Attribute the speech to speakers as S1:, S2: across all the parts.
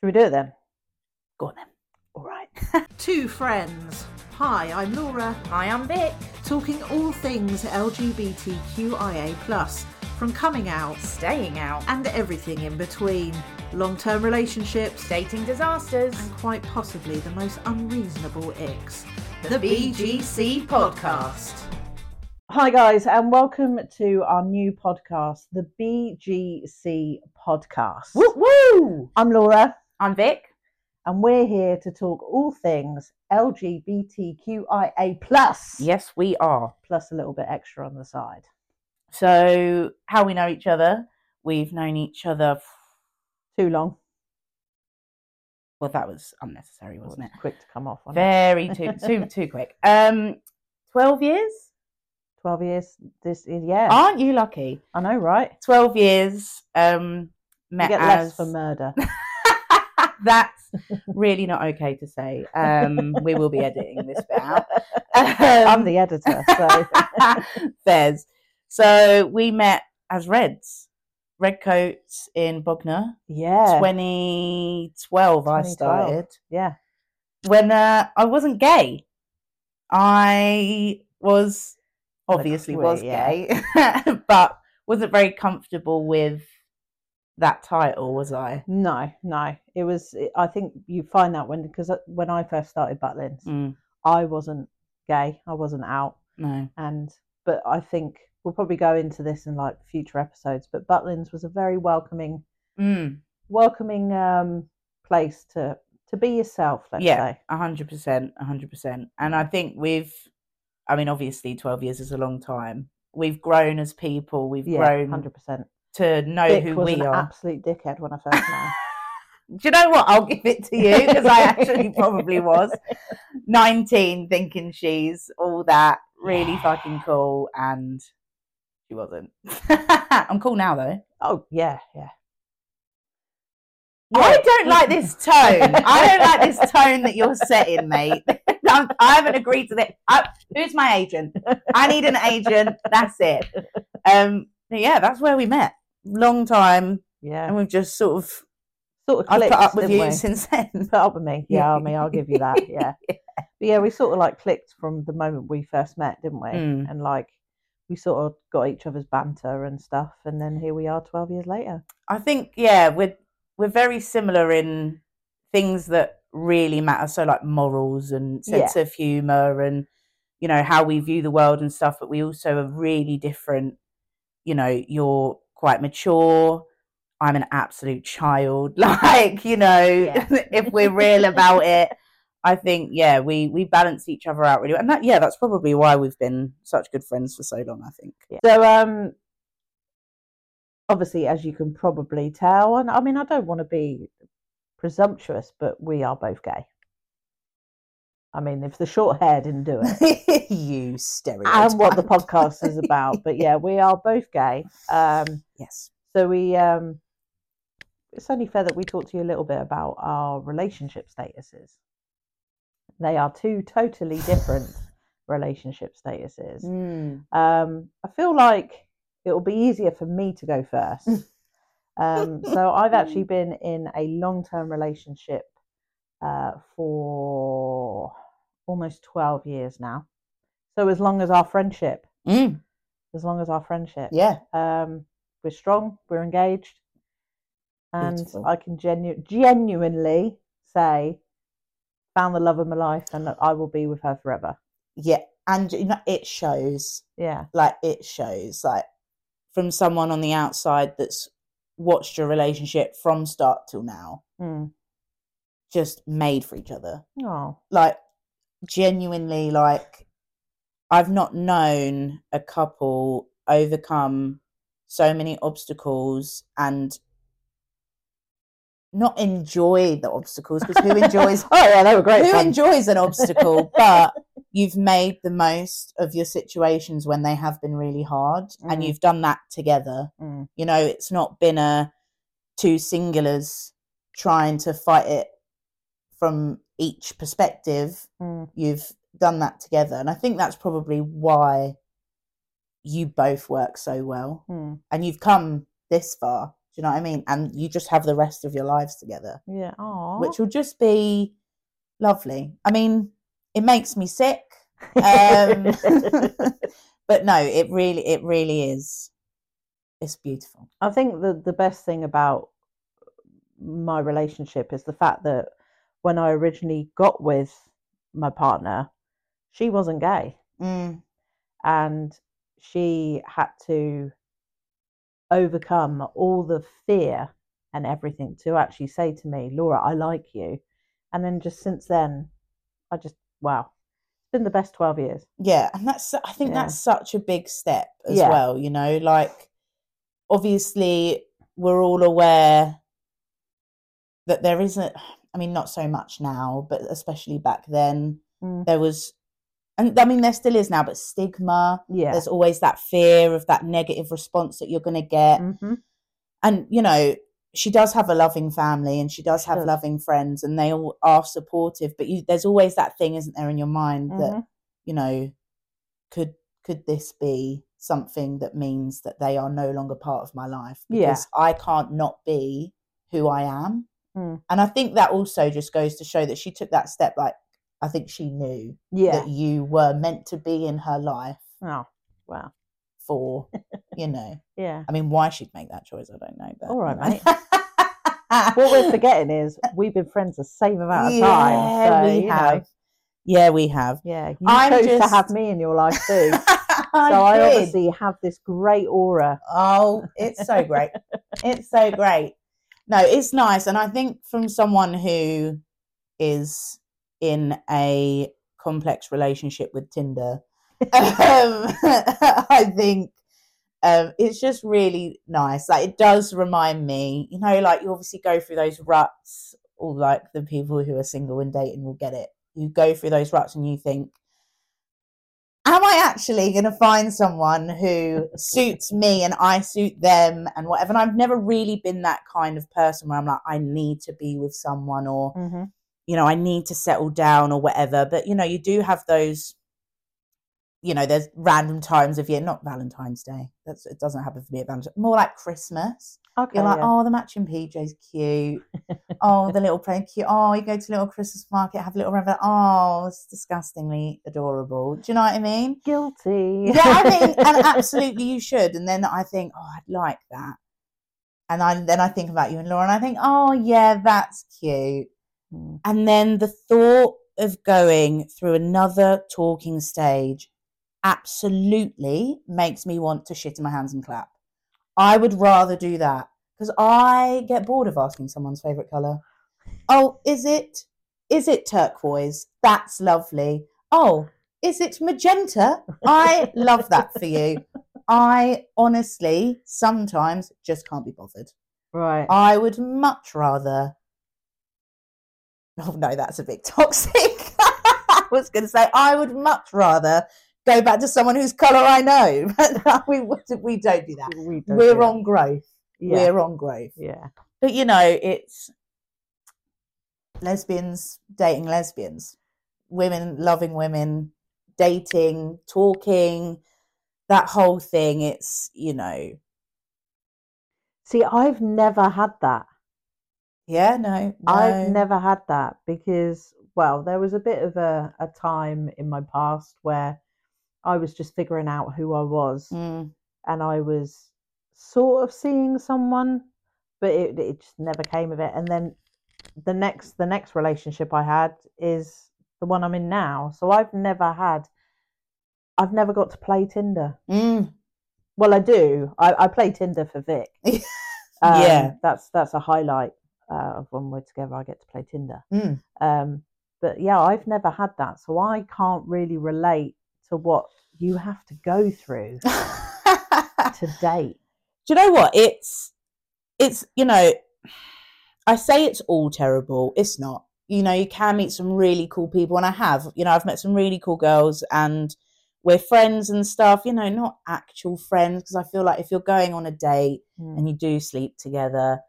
S1: Should we do it then?
S2: Go on then.
S1: All right.
S2: Two friends. Hi, I'm Laura,
S3: Hi, I'm Vic.
S2: talking all things LGBTQIA, from coming out
S3: Staying out.
S2: and everything in between long term relationships
S3: Dating disasters.
S2: and quite possibly the most unreasonable icks.
S3: The BGC Podcast.
S1: Hi, guys, and welcome to our new podcast, the BGC Podcast.
S3: Woo woo!
S1: I'm Laura,
S3: I'm Vic.
S1: and we're here to talk all things LGBTQIA plus,
S3: Yes, we are.
S1: plus a little bit extra on the side.
S3: So, how we know each other? We've known each other. f-
S1: Too long.
S3: Well, that was unnecessary, wasn't it?
S1: Quick to come off on it.
S3: Very too too too quick. Um, twelve years.
S1: Twelve years. This is yeah.
S3: Aren't you lucky?
S1: I know, right?
S3: Twelve years. Um,
S1: You
S3: met
S1: get
S3: as
S1: less for murder.
S3: That's really not okay to say. Um, we will be editing this bit out.
S1: I'm
S3: Um,
S1: the editor, so
S3: Fairs. So we met as Reds, Redcoats in Bognor,
S1: yeah,
S3: 2012. I
S1: 2012.
S3: started
S1: yeah.
S3: when uh, I wasn't gay. I was obviously
S1: Like,
S3: was
S1: yeah.
S3: gay, but wasn't very comfortable with that title, was I?
S1: No, no. It was. I think you find that when because when I first started Butlins,
S3: Mm,
S1: I wasn't gay. I wasn't out,
S3: no.
S1: and but I think we'll probably go into this in like future episodes. But Butlins was a very welcoming,
S3: Mm,
S1: welcoming um place to to be yourself. Let's
S3: Yeah.
S1: say.
S3: A hundred percent, a hundred percent. And
S1: Mm.
S3: I think we've, I mean, obviously, twelve years is a long time. We've grown as people. We've
S1: Yeah,
S3: grown
S1: hundred percent.
S3: to know
S1: Dick
S3: who
S1: was
S3: we
S1: an
S3: are.
S1: absolute dickhead when I first met him.
S3: Do you know what? I'll give it to you because I actually probably was nineteen, thinking she's all that really fucking cool, and she wasn't. I'm cool now though.
S1: Oh yeah, yeah.
S3: I don't like this tone. I don't like this tone that you're setting, mate. I'm, I haven't agreed to that. I, who's my agent? I need an agent. That's it. Um, but yeah, that's where we met. Long time,
S1: Yeah,
S3: and we've just sort of
S1: sort of.
S3: I've
S1: clicked,
S3: put up with
S1: didn't
S3: you
S1: we?
S3: since then.
S1: put up with me. Yeah,
S3: Yeah.
S1: I mean, I'll give you that. Yeah. But yeah, we sort of like clicked from the moment we first met, didn't we?
S3: Mm.
S1: And like, we sort of got each other's banter and stuff. And then here we are 12 years later.
S3: I think yeah, we're we're very similar in things that really matter. So like morals and sense of humor and you know how we view the world and stuff. But we also are really different. You know, you're quite mature. I'm an absolute child. Like you know,
S1: Yeah.
S3: if we're real about it. I think yeah, we we balance each other out really, well. and that yeah, that's probably why we've been such good friends for so long. I think
S1: So, um, obviously, as you can probably tell, and I mean, I don't want to be presumptuous, but we are both gay. I mean, if the short hair didn't do it,
S3: you stereotype.
S1: and what the podcast is about. But yeah, we are both gay. Um,
S3: yes.
S1: So we um it's only fair that we talk to you a little bit about our relationship statuses. They are two totally different relationship statuses. Um I feel like it will be easier for me to go first. um so I've actually been in a long-term relationship uh for almost 12 years now. So as long as our friendship,
S3: Mm,
S1: as long as our friendship
S3: yeah.
S1: um, we're strong, we're engaged, and
S3: Beautiful.
S1: I can genu- genuinely say, found the love of my life, and that I will be with her forever.
S3: Yeah. And you know, it shows,
S1: Yeah,
S3: like, it shows, like, from someone on the outside that's watched your relationship from start till now,
S1: mm.
S3: just made for each other.
S1: oh,
S3: Like, genuinely, like, I've not known a couple overcome so many obstacles and not enjoy the obstacles because who enjoys
S1: oh yeah, they were great.
S3: who
S1: fun.
S3: enjoys an obstacle but you've made the most of your situations when they have been really hard and
S1: Mhm.
S3: you've done that together
S1: Mm.
S3: you know it's not been a two singulars trying to fight it from each perspective
S1: Mm.
S3: you've done that together and i think that's probably why you both work so well
S1: Mm.
S3: and you've come this far Do you know what I mean? And you just have the rest of your lives together,
S1: Yeah. Aww.
S3: which will just be lovely. I mean, it makes me sick, um, but no, it really, it really is. It's beautiful.
S1: I think the the best thing about my relationship is the fact that when I originally got with my partner, she wasn't gay
S3: Mm,
S1: and she had to overcome all the fear and everything to actually say to me, Laura, I like you. And then just since then, I just wow. It's been the best twelve years.
S3: yeah, and that's. I think
S1: Yeah.
S3: that's such a big step as
S1: Yeah.
S3: well. You know, like obviously we're all aware that there isn't. I mean, not so much now, but especially back then,
S1: Mm.
S3: there was, and I mean, there still is now, but stigma.
S1: Yeah.
S3: There's always that fear of that negative response that you're going to get.
S1: hmm
S3: and you know she does have a loving family and she does have
S1: does.
S3: loving friends and they all are supportive but you, there's always that thing isn't there in your mind that
S1: Mhm.
S3: you know could could this be something that means that they are no longer part of my life
S1: Yeah.
S3: because i can't not be who i am
S1: Mm.
S3: and i think that also just goes to show that she took that step like i think she knew
S1: Yeah.
S3: that you were meant to be in her life
S1: Oh. Wow.
S3: for you know
S1: Yeah.
S3: I mean, why she'd make that choice, I don't know. But
S1: All right,
S3: you know.
S1: mate. What we're forgetting is we've been friends the same amount of time.
S3: Yeah,
S1: so,
S3: we
S1: you know,
S3: have. Yeah, we have.
S1: yeah. You
S3: I'm
S1: chose to
S3: just-
S1: have me in your life too. so
S3: I
S1: I
S3: did.
S1: obviously have this great aura.
S3: Oh, it's so great. it's so great. No, it's nice. And I think from someone who is in a complex relationship with Tinder, um,
S1: Mm-hmm.
S3: I think um, it's just really nice. Like, it does remind me, you know, like you obviously go through those ruts, or like the people who are single and dating will get it. You go through those ruts and you think, am I actually going to find someone who suits me and I suit them and whatever? And I've never really been that kind of person where I'm like, I need to be with someone or,
S1: Mm-hmm.
S3: you know, I need to settle down or whatever. But, you know, you do have those, you know, there's random times of year, not Valentine's Day. That's It doesn't happen for me at Valentine's More like Christmas.
S1: Okay.
S3: You're like,
S1: yeah.
S3: oh, the matching PJ's cute. oh, the little plane cute. Oh, you go to little Christmas market, have a little revel. Oh, it's disgustingly adorable. Do you know what I mean?
S1: Guilty.
S3: yeah, I mean, and absolutely you should. And then I think, oh, I'd like that. And I, then I think about you and Laura, and I think, oh, yeah, that's cute.
S1: Mm.
S3: And then the thought of going through another talking stage absolutely makes me want to shit in my hands and clap. I would rather do that because I get bored of asking someone's favorite color. Oh, is it? Is it turquoise? That's lovely. Oh, is it magenta? I love that for you. I honestly sometimes just can't be bothered.
S1: Right.
S3: I would much rather. Oh no, that's a bit toxic. I was going to say I would much rather go back to someone whose colour I know, but we we don't do that.
S1: We don't do
S3: We're
S1: that.
S3: on growth.
S1: Yeah.
S3: We're on growth.
S1: yeah.
S3: But you know, it's lesbians dating lesbians, women loving women, dating, talking, that whole thing. It's you know,
S1: See, I've never had that.
S3: yeah, no,
S1: I've
S3: no.
S1: never had that because, well, there was a bit of a, a time in my past where I was just figuring out who I was
S3: Mm,
S1: and I was sort of seeing someone, but it, it just never came of it. And then the next the next relationship I had is the one I'm in now. So I've never had I've never got to play Tinder.
S3: mm.
S1: Well, I do. I, I play Tinder for Vic. Um,
S3: Yeah.
S1: that's that's a highlight uh, of when we're together. I get to play Tinder.
S3: Mm.
S1: Um, but yeah, I've never had that, so I can't really relate to what you have to go through
S3: do
S1: to date.
S3: you know what it's it's you know i say it's all terrible it's not you know you can meet some really cool people and i have you know i've met some really cool girls and we're friends and stuff you know not actual friends because i feel like if you're going on a date
S1: Hmm.
S3: and you do sleep together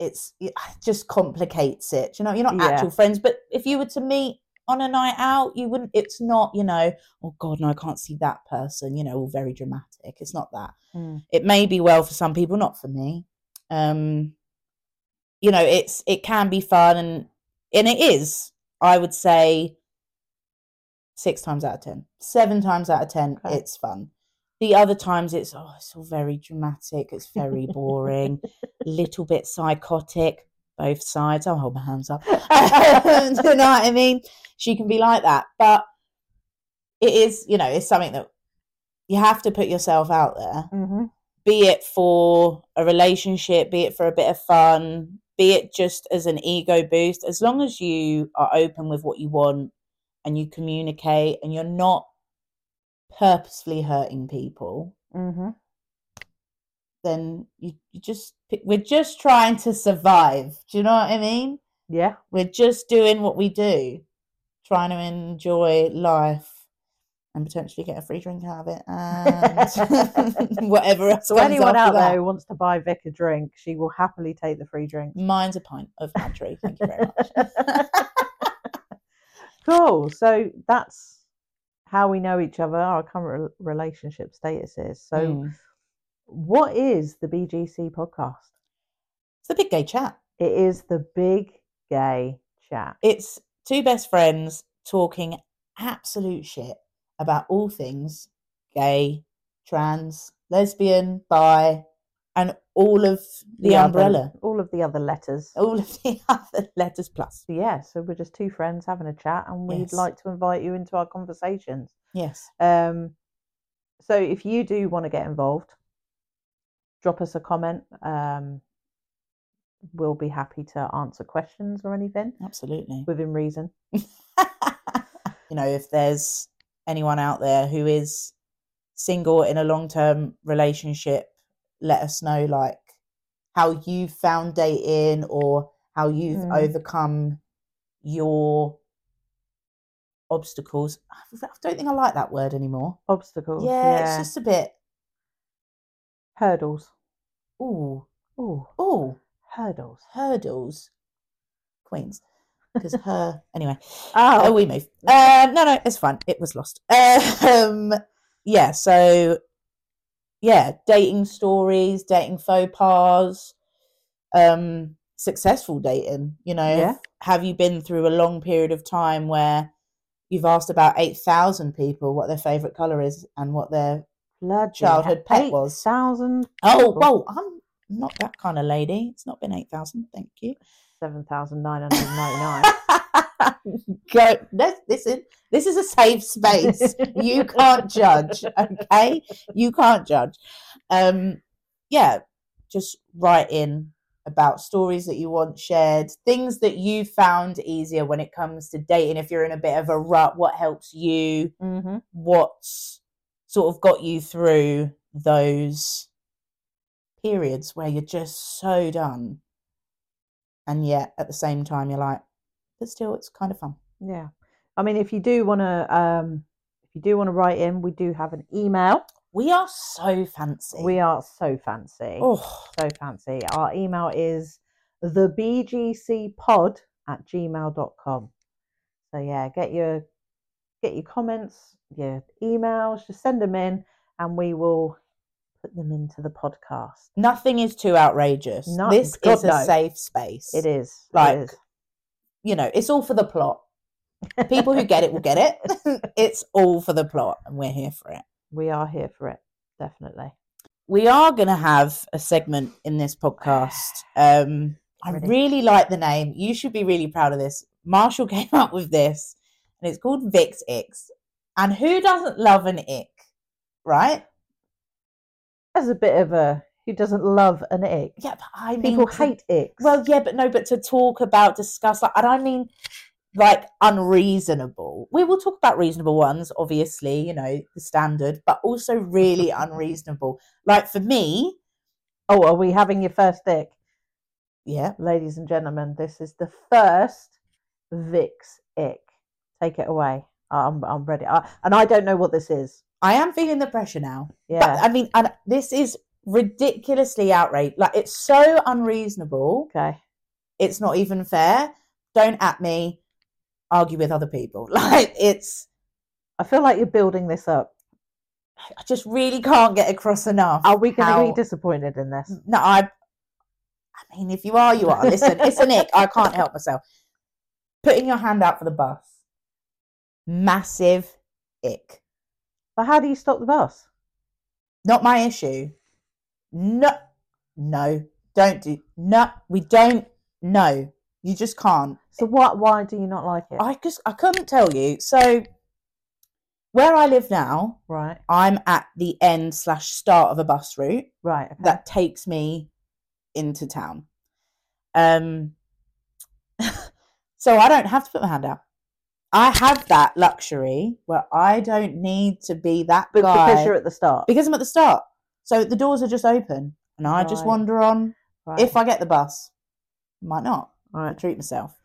S3: it's it just complicates it you know you're not
S1: Yeah.
S3: actual friends but if you were to meet on a night out, you wouldn't. It's not, you know, oh God, no, I can't see that person. You know, all very dramatic. It's not that.
S1: Mm.
S3: It may be well for some people, not for me. Um, you know, it's it can be fun, and and it is. I would say six times out of ten, seven times out of ten,
S1: Okay.
S3: it's fun. The other times, it's oh, it's all very dramatic. It's very boring. little bit psychotic. Both sides. I'll hold my hands up. Do you know what I mean? She can be like that, but it is, you know, it's something that you have to put yourself out there.
S1: hmm
S3: Be it for a relationship, be it for a bit of fun, be it just as an ego boost. As long as you are open with what you want and you communicate and you're not purposefully hurting people,
S1: hmm
S3: then you, you just we're just trying to survive. Do you know what I mean?
S1: Yeah.
S3: We're just doing what we do, trying to enjoy life and potentially get a free drink out of it and whatever else.
S1: So
S3: comes
S1: anyone
S3: after
S1: out there
S3: that.
S1: who wants to buy Vic a drink, she will happily take the free drink.
S3: Mine's a pint of Madry. Thank you very much.
S1: Cool. So that's how we know each other, our current rel- relationship status is. So,
S3: Mm.
S1: what is the BGC podcast?
S3: It's the big gay chat.
S1: It is the big gay chat.
S3: It's two best friends talking absolute shit about all things gay, trans, lesbian, bi, and all of the,
S1: other-
S3: umbrella. Oh.
S1: all of the other letters.
S3: All of the other letters plus.
S1: Yeah, so we're just two friends having a chat, and we'd
S3: Yes.
S1: like to invite you into our conversations.
S3: Yes.
S1: Um, so if you do want to get involved, drop us a comment. Um, we'll be happy to answer questions or anything
S3: Absolutely.
S1: within reason.
S3: you know, if there's anyone out there who is single in a long term relationship, let us know like how you found dating or how you've
S1: Mm.
S3: overcome your obstacles. I don't think I like that word anymore.
S1: Obstacles,
S3: yeah, it's just a bit
S1: hurdles.
S3: ooh,
S1: Ooh,
S3: ooh,
S1: hurdles.
S3: hurdles. Queens. Because her anyway.
S1: Oh,
S3: Oh, we move. Uh, no, no, it's fine. It was lost. Um, yeah, so yeah, dating stories, dating faux pas, um, successful dating. You know,
S1: Yeah.
S3: have you been through a long period of time where you've asked about eight thousand people what their favorite color is and what their
S1: bloody
S3: childhood pet was.
S1: thousand,
S3: oh,
S1: Cool.
S3: well, I'm not that kind of lady. It's not been eight thousand. Thank you.
S1: seven thousand nine hundred ninety-nine.
S3: Go. This, this is this is a safe space. you can't judge. Okay, you can't judge. Um, yeah, just write in about stories that you want shared, things that you found easier when it comes to dating. If you're in a bit of a rut, what helps you?
S1: mm-hmm.
S3: What's sort of got you through those periods where you're just so done, and yet at the same time you're like, but still, it's kind of fun.
S1: Yeah, I mean, if you do want to, um, if you do want to write in, we do have an email.
S3: We are so fancy.
S1: We are so fancy.
S3: Oh,
S1: so fancy. Our email is thebgcpod at gmail.com. So yeah, get your get your comments, your emails, just send them in and we will put them into the podcast.
S3: nothing is too outrageous.
S1: No,
S3: this
S1: God,
S3: is a
S1: no.
S3: safe space.
S1: It is.
S3: Like,
S1: it is.
S3: You know, it's all for the plot. People who get it will get it. it's all for the plot, and we're here for it.
S1: we are here for it, definitely.
S3: We are going to have a segment in this podcast. Um, I
S1: Ready.
S3: really like the name. You should be really proud of this. Marshall came up with this, and it's called Vix Icks. And who doesn't love an ick, right?
S1: As a bit of a who doesn't love an ick.
S3: Yeah, but I mean,
S1: People
S3: to-
S1: hate icks.
S3: Well, yeah, but no, but to talk about, discuss, like, and I mean, like unreasonable. We will talk about reasonable ones, obviously, you know, the standard, but also really unreasonable. Like for me,
S1: oh, are we having your first ick?
S3: yeah,
S1: Ladies and gentlemen, this is the first Vix ick. Take it away. I'm, I'm ready. I, and I don't know what this is.
S3: I am feeling the pressure now.
S1: Yeah.
S3: But I mean, and this is ridiculously outraged. Like it's so unreasonable.
S1: okay.
S3: It's not even fair. Don't at me. argue with other people. Like it's,
S1: I feel like you're building this up.
S3: I just really can't get across enough.
S1: Are we going to
S3: how- Mm.
S1: be disappointed in this?
S3: No, I. I mean, if you are, you are. Listen, it's an ick. I can't help myself. Putting your hand out for the bus, massive ick.
S1: But how do you stop the bus?
S3: Not my issue. No, no, don't do. No, we don't. No, you just can't.
S1: So what? Why do you not like it?
S3: I just, I couldn't tell you. So, where I live now,
S1: Right,
S3: I'm at the end slash start of a bus route.
S1: right. okay.
S3: that takes me into town. Um, so I don't have to put my hand out. I have that luxury where I don't need to be that
S1: But
S3: guy
S1: because you're at the start.
S3: because I'm at the start. So the doors are just open, and I just
S1: Right.
S3: wander on.
S1: right.
S3: If I get the bus, might not. I
S1: right.
S3: treat myself.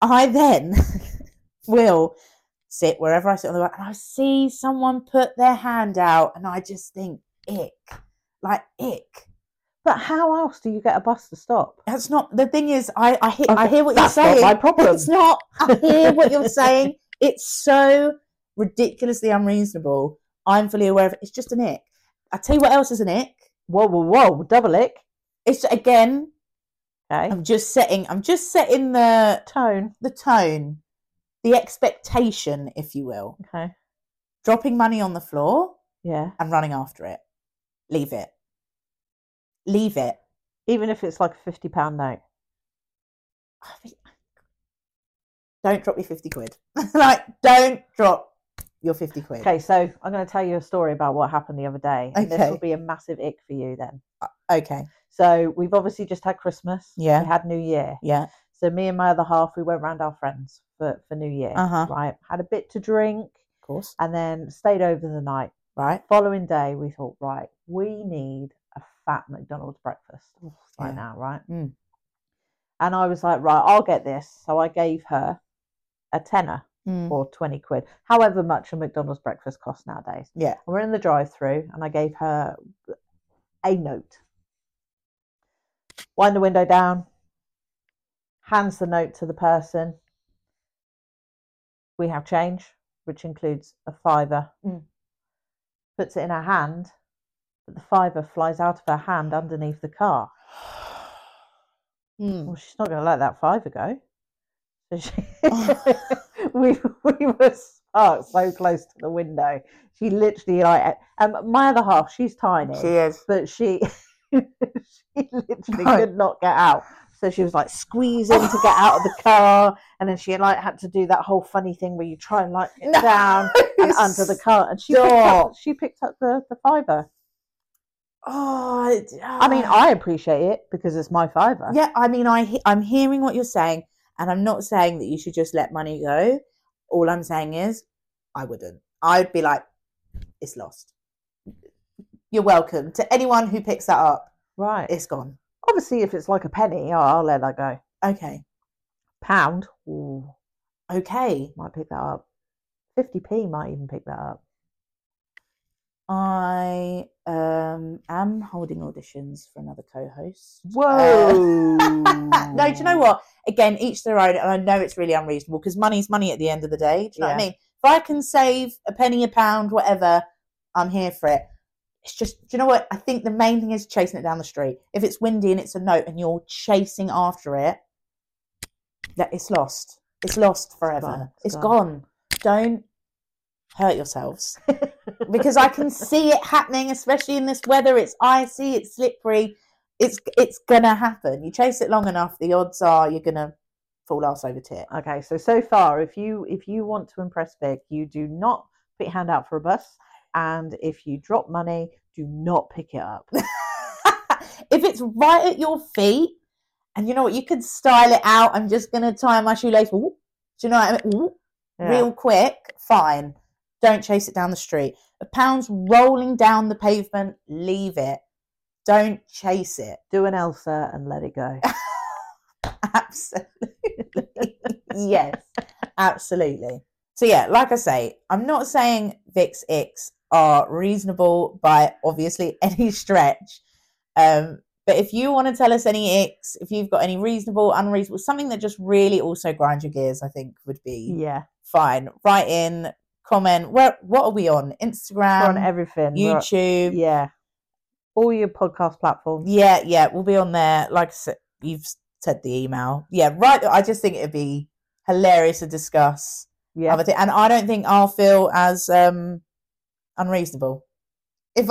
S3: I then will sit wherever I sit on the bus and I see someone put their hand out and I just think, ick. Like, ick.
S1: But how else do you get a bus to stop?
S3: That's not the thing is I, I hear I
S1: Okay,
S3: hear what you're
S1: that's not
S3: saying.
S1: my problem.
S3: It's not I hear what you're saying. It's so ridiculously unreasonable. I'm fully aware of it. It's just an ick. I tell you what else is an ick.
S1: Whoa, whoa, whoa! Double ick.
S3: It's again,
S1: Okay.
S3: I'm just setting I'm just setting the
S1: Tone.
S3: the tone, the expectation, if you will.
S1: Okay.
S3: Dropping money on the floor
S1: Yeah.
S3: and running after it. Leave it. Leave it.
S1: Even if it's like a fifty pound note.
S3: I think- Don't drop your 50 quid. like, don't drop your 50 quid.
S1: Okay, so I'm going to tell you a story about what happened the other day, and this
S3: Okay.
S1: will be a massive ick for you then.
S3: Okay.
S1: So we've obviously just had Christmas.
S3: Yeah.
S1: We had New Year.
S3: Yeah.
S1: So me and my other half, we went round our friends for for New Year.
S3: Uh-huh.
S1: Right. Had a bit to drink,
S3: Of course.
S1: and then stayed over the night.
S3: Right.
S1: Following day, we thought, right, we need a fat McDonald's breakfast right
S3: yeah.
S1: now, right?
S3: Mm.
S1: And I was like, right, I'll get this. So I gave her a tenner
S3: Mm.
S1: or 20 quid, however much a McDonald's breakfast costs nowadays.
S3: Yeah.
S1: And we're in the drive through and I gave her a note. Wind the window down, hands the note to the person. We have change, which includes a fiver.
S3: Mm.
S1: Puts it in her hand, but the fiver flies out of her hand underneath the car.
S3: Mm.
S1: Well, she's not going to let that fiver go. So she- we we were sparked so close to the window. She literally like um my other half. She's tiny,
S3: She is.
S1: but she she literally
S3: No.
S1: could not get out. So she was like squeezing to get out of the car, and then she like had to do that whole funny thing where you try and like it
S3: No.
S1: down and under the car, and she picked up,
S3: Stop.
S1: she picked up the the fiver.
S3: Oh, it-
S1: I mean,
S3: ah.
S1: I appreciate it because it's my fiver.
S3: Yeah, I mean, I he- I'm hearing what you're saying, and I'm not saying that you should just let money go. All I'm saying is, I wouldn't. I'd be like, it's lost. You're welcome to anyone who picks that up.
S1: right.
S3: It's gone.
S1: Obviously, if it's like a penny, oh, I'll let that go.
S3: Okay,
S1: Pound, ooh,
S3: okay.
S1: might pick that up. 50p might even pick that up.
S3: I um am holding auditions for another co-host. Uh,
S1: Whoa!
S3: no, do you know what? Again, each their own, and I know it's really unreasonable because money's money at the end of the day. Do you know what I
S1: Yeah.
S3: mean? If I can save a penny, a pound, whatever, I'm here for it. It's just, do you know what? I think the main thing is chasing it down the street. If it's windy and it's a note and you're chasing after it, that it's lost. It's lost forever.
S1: gone.
S3: It's
S1: It's
S3: gone. Don't hurt yourselves because I can see it happening, especially in this weather. It's icy, it's slippery. It's it's gonna happen. You chase it long enough, the odds are you're gonna fall ass over tit.
S1: Okay, so so far, if you if you want to impress big, you do not put your hand out for a bus, and if you drop money, do not pick it up.
S3: if it's right at your feet, and you know what, you could style it out. I'm just gonna tie my shoelace. Ooh. Do you know what I mean? Ooh.
S1: Yeah.
S3: real quick, fine. Don't chase it down the street. A pound's rolling down the pavement, leave it. Don't chase it.
S1: Do an Elsa and let it go.
S3: Absolutely. yes, absolutely. So, yeah, like I say, I'm not saying Vix Icks are reasonable by obviously any stretch. Um, But if you want to tell us any icks, if you've got any reasonable, unreasonable, something that just really also grinds your gears, I think would be
S1: Yeah.
S3: fine. Write in, comment. Where, what are we on?
S1: We're on
S3: Instagram,
S1: everything. We're on-
S3: Um, YouTube.
S1: yeah. All your podcast platforms.
S3: Yeah, yeah, we'll be on there. Like I said, you've said the email. Yeah, right. I just think it'd be hilarious to discuss.
S1: Yeah.
S3: other thi- and I don't think I'll feel as um, unreasonable. If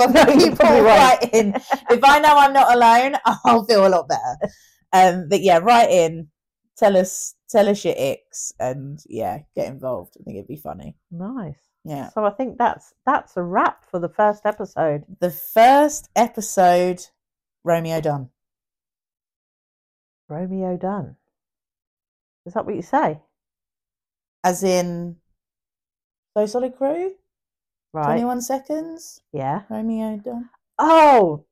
S3: I know
S1: You
S3: people
S1: probably won't.
S3: write in, if I know I'm not alone, I'll feel a lot better. Um, but yeah, write in, tell us, tell us your icks, and yeah, get involved. I think it'd be funny.
S1: Nice.
S3: Yeah,
S1: So I think that's that's a wrap for the first episode.
S3: the first episode, Romeo Dunn.
S1: Romeo done. Is that what you say?
S3: as in So Solid Crew,
S1: Right.
S3: 21 seconds,
S1: Yeah.
S3: Romeo done.
S1: Oh,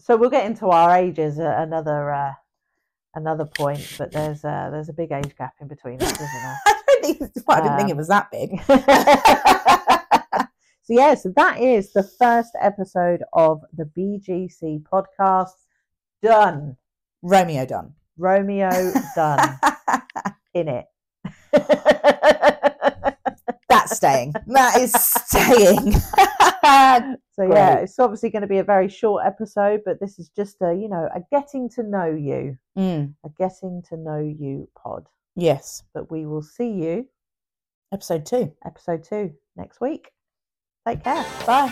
S1: so we'll get into our ages at another uh, another point, but there's uh, there's a big age gap in between us, isn't
S3: I don't think, well, I didn't think it
S1: Um,
S3: was that big.
S1: there? so yeah, so that is the first episode of the BGC podcast. Done,
S3: Romeo done.
S1: Romeo, done in it.
S3: That's staying. That is staying.
S1: so yeah,
S3: Great.
S1: it's obviously going to be a very short episode, but this is just a you know a getting to know you,
S3: Mm,
S1: a getting to know you pod.
S3: yes.
S1: But we will see you
S3: Episode two.
S1: episode two next week. Take care.
S3: Bye.